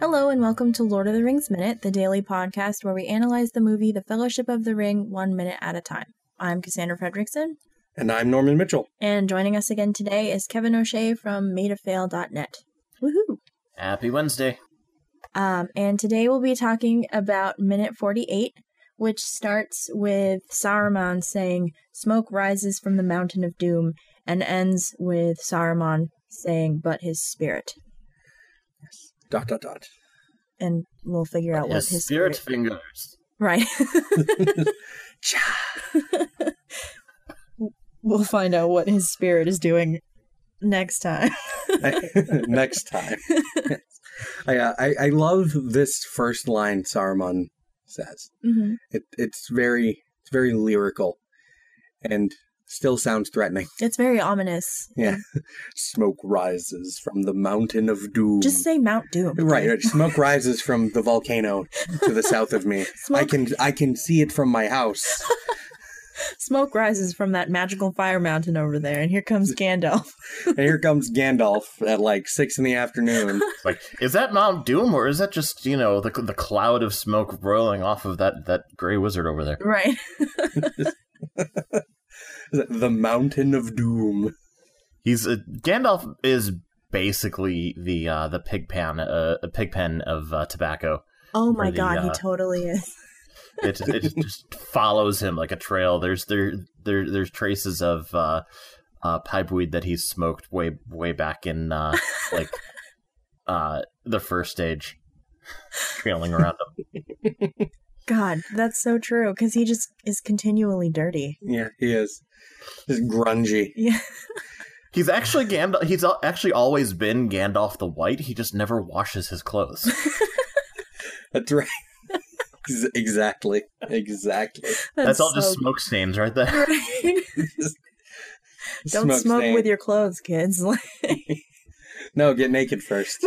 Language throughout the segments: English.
Hello, and welcome to Lord of the Rings Minute, the daily podcast where we analyze the movie The Fellowship of the Ring one minute at a time. I'm Cassandra Fredrickson, And I'm Norman Mitchell. and joining us again today is Kevin O'Shea from madeoffail.net. Woohoo! Happy Wednesday. Um, and today we'll be talking about minute 48, which starts with Saruman saying, Smoke rises from the mountain of doom, and ends with Saruman saying, But his spirit. Dot dot dot. And we'll figure out what Yes, his spirit spirit. fingers. Right. Cha. we'll find out what his spirit is doing next time. Next time. I, uh, I I love this first line Saruman says. hmm It it's very it's very lyrical, and still sounds threatening. It's very ominous. Yeah. Smoke rises from the mountain of doom. Just say Mount Doom. Right, right. Smoke rises from the volcano to the south of me. Smoke, I can I can see it from my house. smoke rises from that magical fire mountain over there, and here comes Gandalf. And here comes Gandalf at like six in the afternoon. It's Like, is that Mount Doom, or is that just you know the the cloud of smoke rolling off of that that gray wizard over there? Right. the mountain of doom. He's uh, Gandalf is basically the uh, the pig pan uh, a pig pen of uh, tobacco. Oh Or my the, god, he uh, totally is. It, it just follows him like a trail. There's there there there's traces of uh, uh, pipeweed that he smoked way way back in uh, like uh, the first stage, trailing around him. God, that's so true because he just is continually dirty. Yeah, he is. Just grungy. Yeah. He's actually Gandalf. He's al- actually always been Gandalf the White. He just never washes his clothes. That's right. Ex- exactly. Exactly. That's, all so just smoke stains right there. Right. Don't Smoke smoke stain. with your clothes, kids. No, get naked first.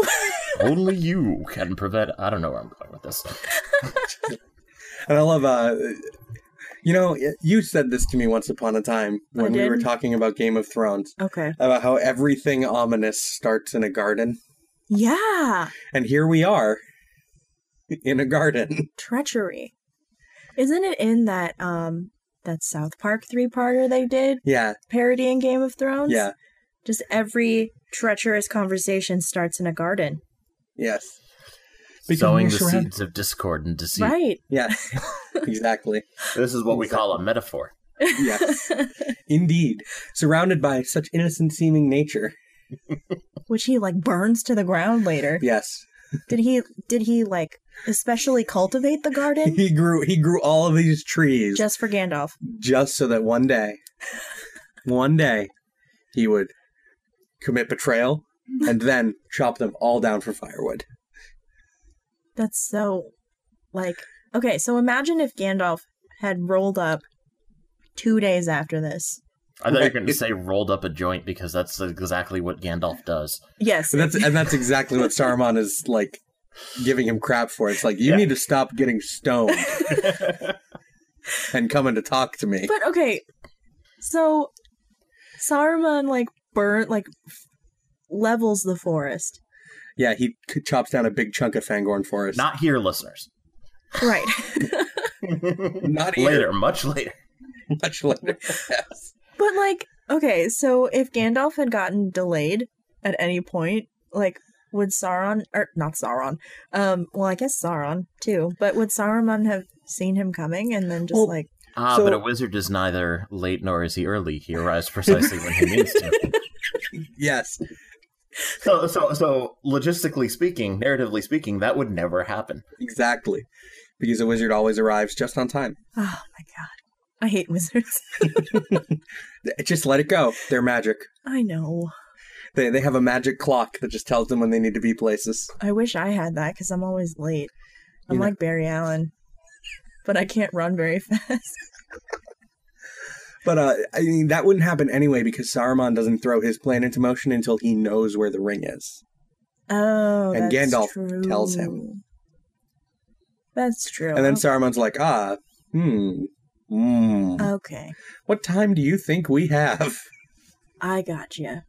Only you can prevent. I don't know where I'm going with this. and I love uh you know, you said this to me once upon a time I when we were did? talking about Game of Thrones okay. about how everything ominous starts in a garden. Yeah. And here we are in a garden. Treachery. Isn't it in that um that South Park three parter they did Yeah, parodying Game of Thrones? yeah, Just every treacherous conversation starts in a garden. yes. Sowing the Because we're surrounded- seeds of discord and deceit. Right. Yes. Exactly. This is what we call a metaphor. Yes. Indeed. Surrounded by such innocent seeming nature. Which he like burns to the ground later. Yes. Did he did he like especially cultivate the garden He grew he grew all of these trees just for Gandalf? just so that one day, one day, he would commit betrayal and then chop them all down for firewood. That's so like okay, so imagine if Gandalf had rolled up two days after this. I thought you were Right. going to say rolled up a joint because that's exactly what Gandalf does. Yes. And that's and that's exactly what Saruman is like giving him crap for. It's like you Yeah. need to stop getting stoned and coming to talk to me. But okay, so Saruman like burnt like f- levels the forest, Yeah, he c- chops down a big chunk of Fangorn forest. Not here, listeners. right? Not here. later, much later. much later. Yes. but like, okay, so if Gandalf had gotten delayed at any point, like, would Sauron or not Sauron? Um, well, I guess Sauron too. But would Saruman have seen him coming and then just Well, like, Ah, So- but a wizard is neither late nor is he early. He arrives precisely when he means to. Yes. So, so, so, logistically speaking, narratively speaking, that would never happen. Exactly. Because a wizard always arrives just on time. oh my god, I hate wizards. Just let it go. They're magic. I know. They they have a magic clock that just tells them when they need to be places. I wish I had that because I'm always late. I'm You know- like Barry Allen, but I can't run very fast. But uh, I mean that wouldn't happen anyway because Saruman doesn't throw his plan into motion until he knows where the ring is. Oh, And that's Gandalf true. tells him. That's true. And then Okay. Saruman's like, ah, hmm, hmm. Uh. okay, what time do you think we have? I got you.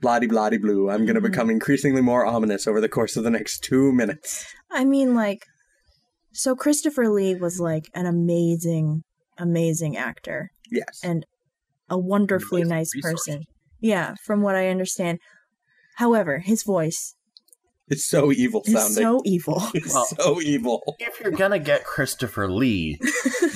bloody bloody blue. I'm going to Mhm. become increasingly more ominous over the course of the next two minutes. I mean, like, so Christopher Lee was like an amazing, amazing actor, Yes. And- a wonderfully Amazing nice resource. person. Yeah, from what I understand. However, his voice it's so evil is sounding. so evil. it's Well- so evil. If you're gonna get Christopher Lee,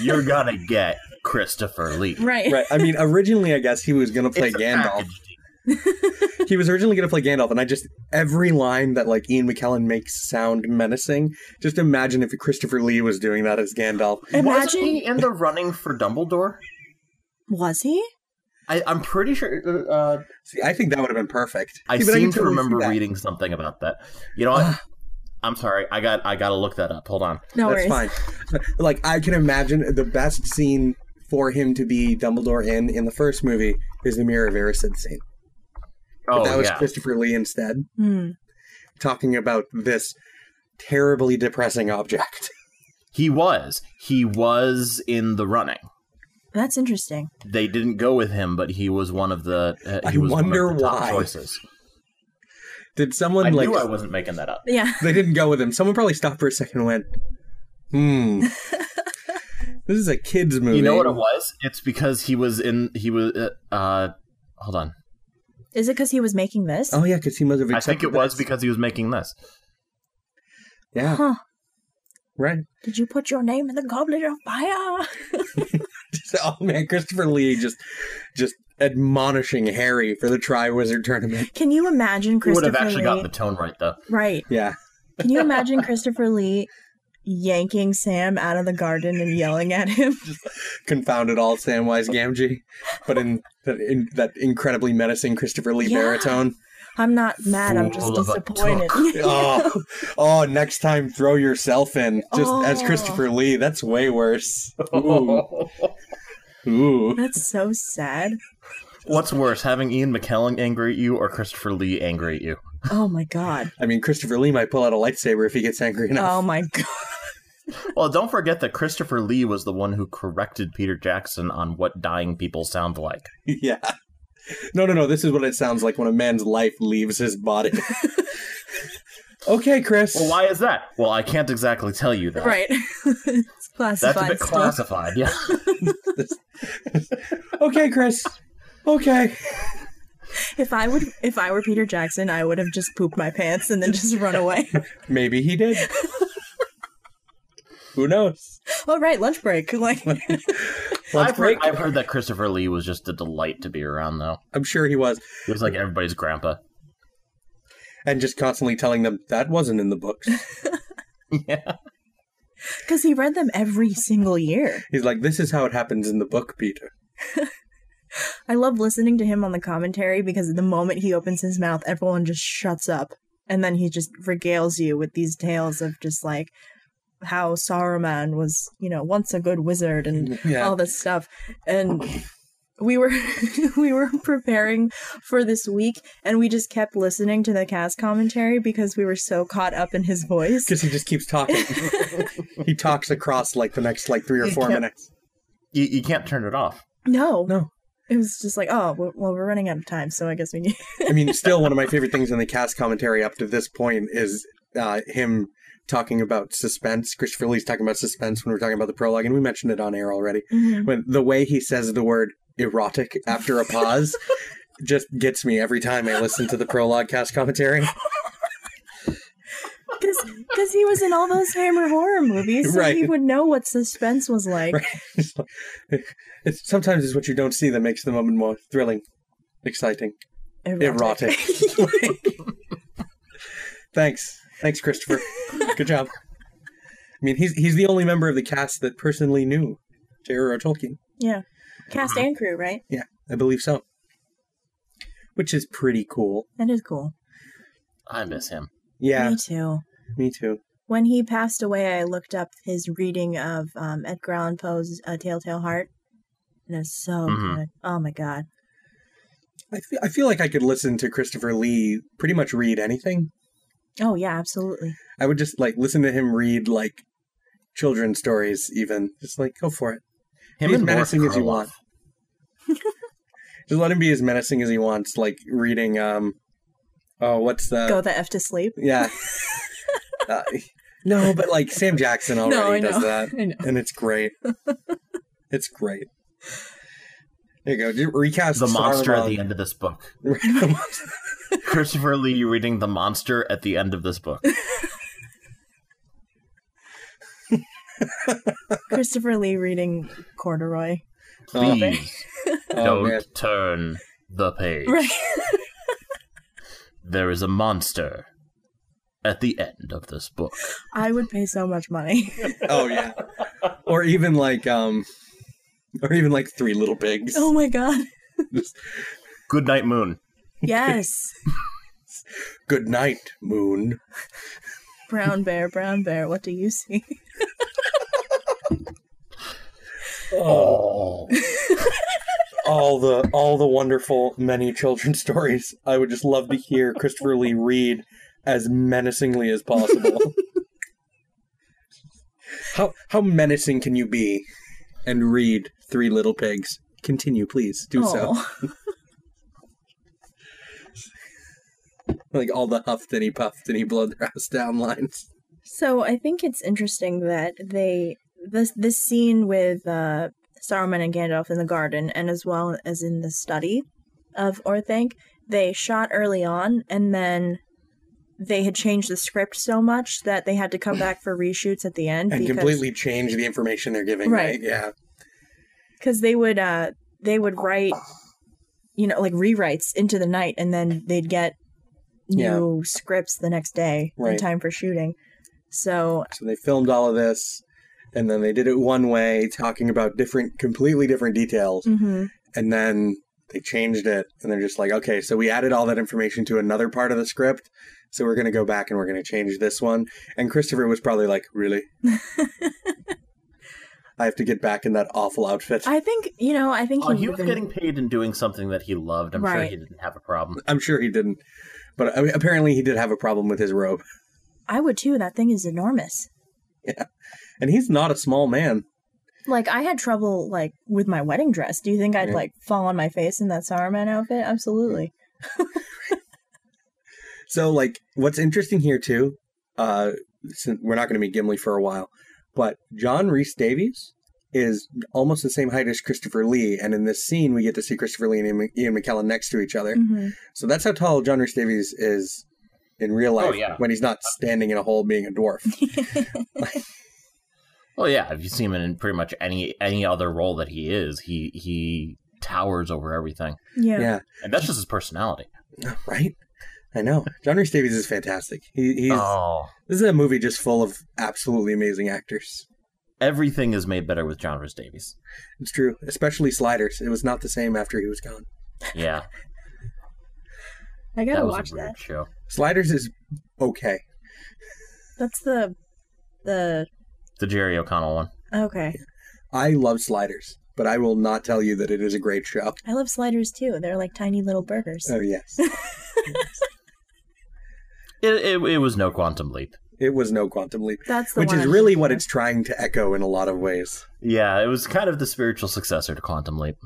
you're gonna get Christopher Lee. right. Right. I mean, originally, I guess he was going to play It's a Gandalf. package deal. he was originally going to play Gandalf, and I just every line that like Ian McKellen makes sound menacing. Just imagine if Christopher Lee was doing that as Gandalf. Imagine- Wasn't he in the running for Dumbledore? Was he? I, I'm pretty sure. Uh, See, I think that would have been perfect. I See, but seem can to totally see remember that. reading something about that. You know what? I'm sorry. I got. I gotta look that up. Hold on. No That's worries. fine. Like I can imagine the best scene for him to be Dumbledore in in the first movie is the Mirror of Erised scene. But Oh that was yeah. Christopher Lee instead Hmm. talking about this terribly depressing object. He was. He was in the running. That's interesting. They didn't go with him, but he was one of the. Uh, I he was one of wonder the top why. choices. Did someone I like knew I wasn't making that up. Yeah. they didn't go with him? Someone probably stopped for a second and went, "Hmm, this is a kids movie." You know what it was? It's because he was in. He was. Uh, uh hold on. Is it because he was making this? Oh yeah, because he must have. I think accepted it was that. because he was making this. yeah, Huh. right. Did you put your name in the goblet of fire? Just- oh man, Christopher Lee just just admonishing Harry for the Triwizard Tournament. Can you imagine He would Christopher have actually Lee? gotten the tone right though. right. Yeah, Can you imagine Christopher Lee yanking Sam out of the garden and yelling at him? confounded all Samwise Gamgee, but in that, in that incredibly menacing Christopher Lee Yeah. baritone. I'm not mad. I'm just Full of a disappointed. Oh, oh, next time throw yourself in just as Oh. Christopher Lee. That's way worse. Ooh, ooh. That's so sad. What's worse, having Ian McKellen angry at you or Christopher Lee angry at you? Oh my god. I mean, Christopher Lee might pull out a lightsaber if he gets angry enough. Oh my god. Well, don't forget that Christopher Lee was the one who corrected Peter Jackson on what dying people sound like. yeah. No, no, no. This is what it sounds like when a man's life leaves his body. okay, Chris. Well, why is that? Well, I can't exactly tell you that. Right. it's classified. That's a bit stuff. classified. Yeah. Okay, Chris. Okay. If I would if I were Peter Jackson, I would have just pooped my pants and then just run away. Maybe he did. Who knows? oh right, lunch break. Like Lunch I've heard, break. I've heard that Christopher Lee was just a delight to be around, though. I'm sure he was. He was like everybody's grandpa. And just constantly telling them that wasn't in the books. Yeah. cuz he read them every single year. He's like, this is how it happens in the book, Peter. I love listening to him on the commentary because the moment he opens his mouth, everyone just shuts up. And then he just regales you with these tales of just like how Saruman was, you know, once a good wizard and all Oh. Yeah. this stuff and we were we were preparing for this week and we just kept listening to the cast commentary because we were so caught up in his voice Because he just keeps talking. he talks across like the next like three or He four kept- minutes. You, you can't turn it off. no No. it was just like oh w- well we're running out of time so i guess we need I mean, still one of my favorite things in the cast commentary up to this point is uh, him talking about suspense. Christopher Lee's talking about suspense when we we're talking about the prologue, and we mentioned it on air already. When the way he says the word erotic after a pause just gets me every time I listen to the prologue cast commentary. because he was in all those hammer horror movies so he Right. would know what suspense was like Right. It's like- it's, sometimes it's what you don't see that makes the moment more thrilling, exciting, erotic. Thanks. Thanks, Christopher. Good job. I mean, he's he's the only member of the cast that personally knew J.R.R. Tolkien. yeah cast and crew right I believe so. Which is pretty cool. that is cool I miss him. Yeah, me too me too. when he passed away, I looked up his reading of um, Edgar Allan Poe's uh, Telltale Heart, and it's so Mm-hmm. Mhm. good. Oh my god! I feel, I feel like I could listen to Christopher Lee pretty much read anything. Oh yeah, absolutely. I would just like listen to him read like children's stories, even just like go for it. Him Be as and Boris menacing as you Karloff. want. Just let him be as menacing as he wants, like reading. um Oh, what's the? Go the F to sleep. Yeah. Uh, no, but like Sam Jackson No, I already know. does that, I know. and it's great. It's great. There you go. Just recast the monster at Saruman. the end of this book. Christopher Lee, you're reading the monster at the end of this book. Christopher Lee reading Corduroy. Please oh don't man, turn the page. Right. There is a monster at the end of this book. I would pay so much money. oh yeah. Or even like um, or even like Three Little Pigs. oh my god. Good night, moon. Yes. Good night, Moon. Brown bear, brown bear, what do you see? Oh. all the all the wonderful many children's stories. I would just love to hear Christopher Lee read as menacingly as possible. how how menacing can you be and read Three Little Pigs? Continue, please. Do so. Aw. Like all the huffed and he puffed and he blowed their house down lines. So I think it's interesting that they this this scene with uh, Saruman and Gandalf in the garden, and as well as in the study of Orthanc, they shot early on, and then they had changed the script so much that they had to come back for reshoots at the end And completely change the information they're giving, Right. right? Yeah. because they would uh they would write you know like rewrites into the night and then they'd get new scripts the next day in Right. time for shooting so So they filmed all of this and then they did it one way, talking about different completely different details. mhm. and then they changed it and they're just like okay so we added all that information to another part of the script so we're going to go back and we're going to change this one and christopher was probably like really i have to get back in that awful outfit i think you know i think Oh, he would've was getting paid and doing something that he loved. I'm sure Right. he didn't have a problem. i'm sure he didn't but I mean, apparently he did have a problem with his robe i would too that thing is enormous and he's not a small man like i had trouble like with my wedding dress do you think i'd Yeah. like fall on my face in that saruman outfit absolutely so like what's interesting here too uh since we're not going to be gimli for a while but john reese davies is almost the same height as christopher lee and in this scene we get to see christopher lee and Ian- ian mckellen next to each other Mhm. So that's how tall John Rhys Davies is in real life Oh, yeah. when he's not standing in a hole being a dwarf. Well, yeah, if you see him in pretty much any any other role that he is, he he towers over everything, yeah. yeah. and that's just his personality. right? I know. John Rhys Davies is fantastic. He, he's oh, this is a movie just full of absolutely amazing actors. everything is made better with John Rhys Davies. It's true, especially Sliders. It was not the same after he was gone. Yeah, i gotta that was watch a weird that show. Sliders is okay. that's the the The Jerry O'Connell one. okay I love Sliders, but I will not tell you that it is a great show. i love sliders too they're like tiny little burgers Oh yes, It, it it was no quantum leap. it was no quantum leap, that's the which one is I'm really thinking what of. it's trying to echo in a lot of ways. Yeah, it was kind of the spiritual successor to Quantum Leap.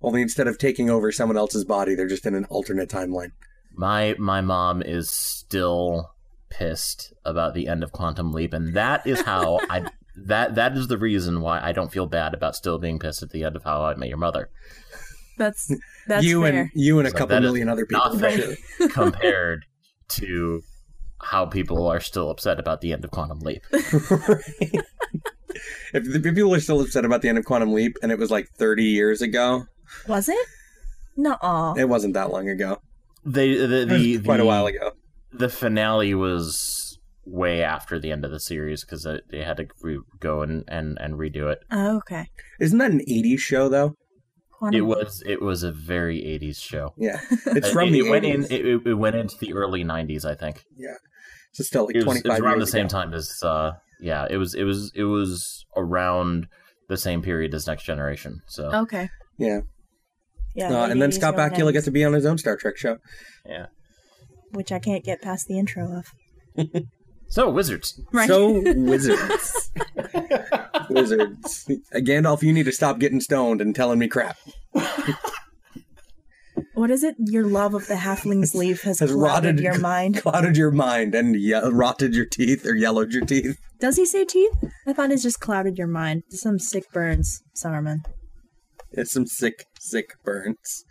Only instead of taking over someone else's body, they're just in an alternate timeline. My my mom is still pissed about the end of Quantum Leap, and that is how I that that is the reason why I don't feel bad about still being pissed at the end of How I Met Your Mother. That's that's you fair. and you and a So couple that is million other people. nothing. compared to how people are still upset about the end of Quantum Leap. if the people are still upset about the end of Quantum Leap, and it was like 30 years ago, Was it? No. it wasn't that long ago. They the, It was the quite the, a while ago. The finale was way after the end of the series because they had to re- go and, and, and redo it. Oh, okay. Isn't that an 80s show though? Quantum. It was it was a very 80s show. Yeah, Mm-hmm. it's It- from it, the it went 80s. in it- it, it went into the early 90s, I think. so still like it, was, 25 it was around the years same ago. time as uh yeah, it was it was it was around the same period as Next Generation. So Oh. Okay. Yeah, Yeah. Uh, and then ladies Scott going Bakula down, gets to be on his own Star Trek show. yeah. which I can't get past the intro of. So Wizards. Right. So wizards, wizards. Uh, Gandalf, you need to stop getting stoned and telling me crap. What is it? Your love of the halfling's leaf has, Has rotted rotted- your mind. Clouded your mind and ye- rotted your teeth or yellowed your teeth. Does he say teeth? I thought it's just clouded your mind. Some sick burns, Saruman. It's some sick, sick burns.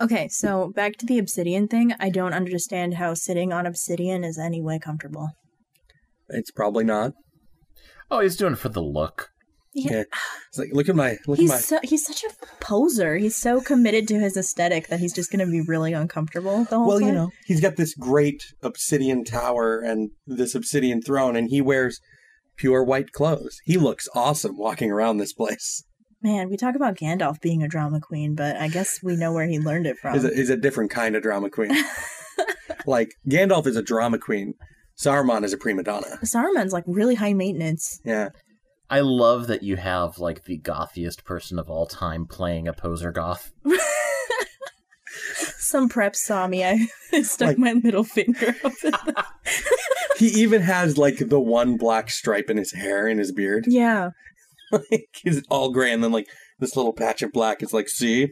Okay, so back to the obsidian thing. I don't understand how sitting on obsidian is any way comfortable. It's probably not. Oh, he's doing it for the look. Yeah. Yeah. It's like look at my look He's at my so, he's such a poser. He's so committed to his aesthetic that he's just going to be really uncomfortable the whole Well, you time. know, he's got this great obsidian tower and this obsidian throne, and he wears pure white clothes. He looks awesome walking around this place. Man, we talk about Gandalf being a drama queen, but I guess we know where he learned it from. He's a, he's a different kind of drama queen. like, Gandalf is a drama queen, Saruman is a prima donna. Saruman's like really high maintenance. Yeah. I love that you have like the gothiest person of all time playing a poser goth. Some prep saw me. I stuck Like- my middle finger up. in the- He even has, like, the one black stripe in his hair and his beard. yeah. like, he's all gray, and then, like, this little patch of black is like, see,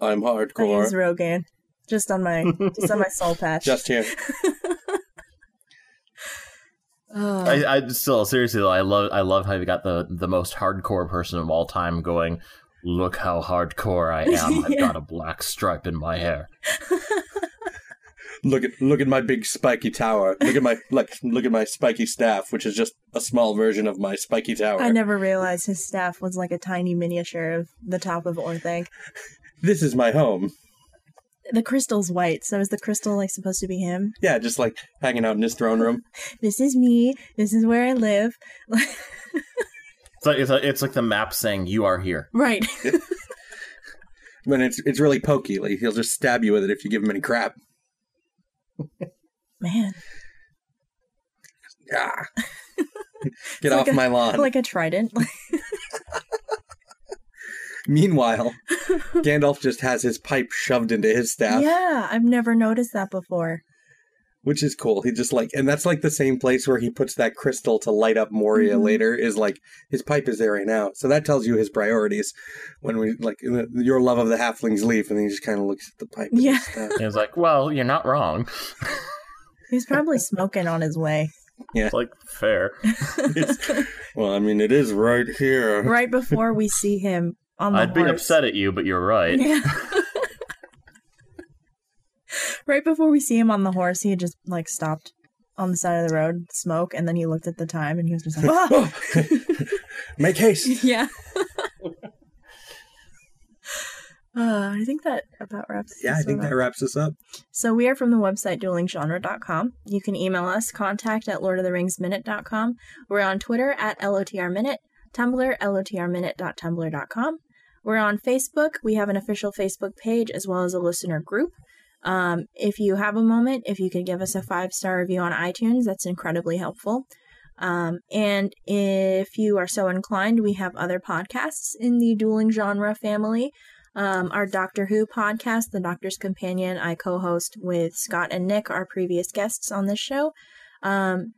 I'm I use hardcore. Rogaine just on my just on my soul patch. Just here. Ugh. I, I still seriously though, I love I love how you got the the most hardcore person of all time going. Look how hardcore I am! I've Yeah. got a black stripe in my hair. look at look at my big spiky tower. Look at my like look at my spiky staff, which is just a small version of my spiky tower. I never realized his staff was like a tiny miniature of the top of Orthanc. This is my home. The crystal's white, so is the crystal like supposed to be him? Yeah, just like hanging out in his throne room. This is me. This is where I live. It's like it's like, it's like the map saying you are here. right. But it's it's really pokey. Like he'll just stab you with it if you give him any crap. Man. Ah. Get It's off like a- my lawn. Like a trident. Meanwhile, Gandalf just has his pipe shoved into his staff, yeah, I've never noticed that before. which is cool. He just like, and that's like the same place where he puts that crystal to light up Moria Mhm. later. Is like his pipe is there right now, so that tells you his priorities. When we like your love of the halfling's leaf, and then he just kind of looks at the pipe. and Yeah. his staff. And it's like, well, you're not wrong. He's probably smoking on his way. It's like fair. It's- well, I mean, it is right here. Right before we see him on the I'd be horse. upset at you, but you're right. Yeah. right before we see him on the horse, he had just like stopped on the side of the road, smoke, and then he looked at the time and he was just like, "Ah!" Oh! Make haste. yeah. Uh, I think that about wraps. Yeah, I this think one that up. wraps us up. So we are from the website duelinggenre.com. You can email us contact at lordoftheringsminute.com. We're on Twitter at lotrminute, Tumblr lotrminute.tumblr.com. We're on Facebook. We have an official Facebook page as well as a listener group. Um, if you have a moment, if you could give us a five star review on iTunes, that's incredibly helpful. Um, and if you are so inclined, we have other podcasts in the dueling genre family. Um, our Doctor Who podcast, The Doctor's Companion, I co host with Scott and Nick, our previous guests on this show. Um,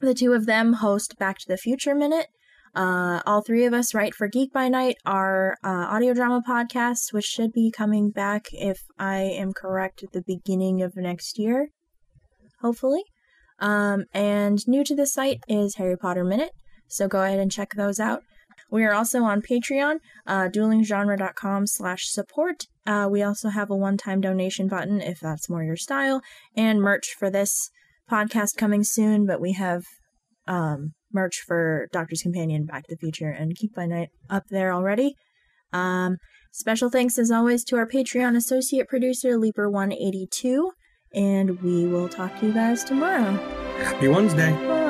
the two of them host Back to the Future Minute. Uh, all three of us write for Geek by Night, our uh, audio drama podcast, which should be coming back, if I am correct, at the beginning of next year, hopefully. Um, and new to the site is Harry Potter Minute, so go ahead and check those out. We are also on Patreon uh, duelinggenre.com slash support. Uh, we also have a one-time donation button if that's more your style, and merch for this podcast coming soon, but we have um, merch for Doctor's Companion, Back to the Future, and Geek by Night up there already. Um, special thanks, as always, to our Patreon associate producer, Leaper182, and we will talk to you guys tomorrow. Happy Wednesday. Bye!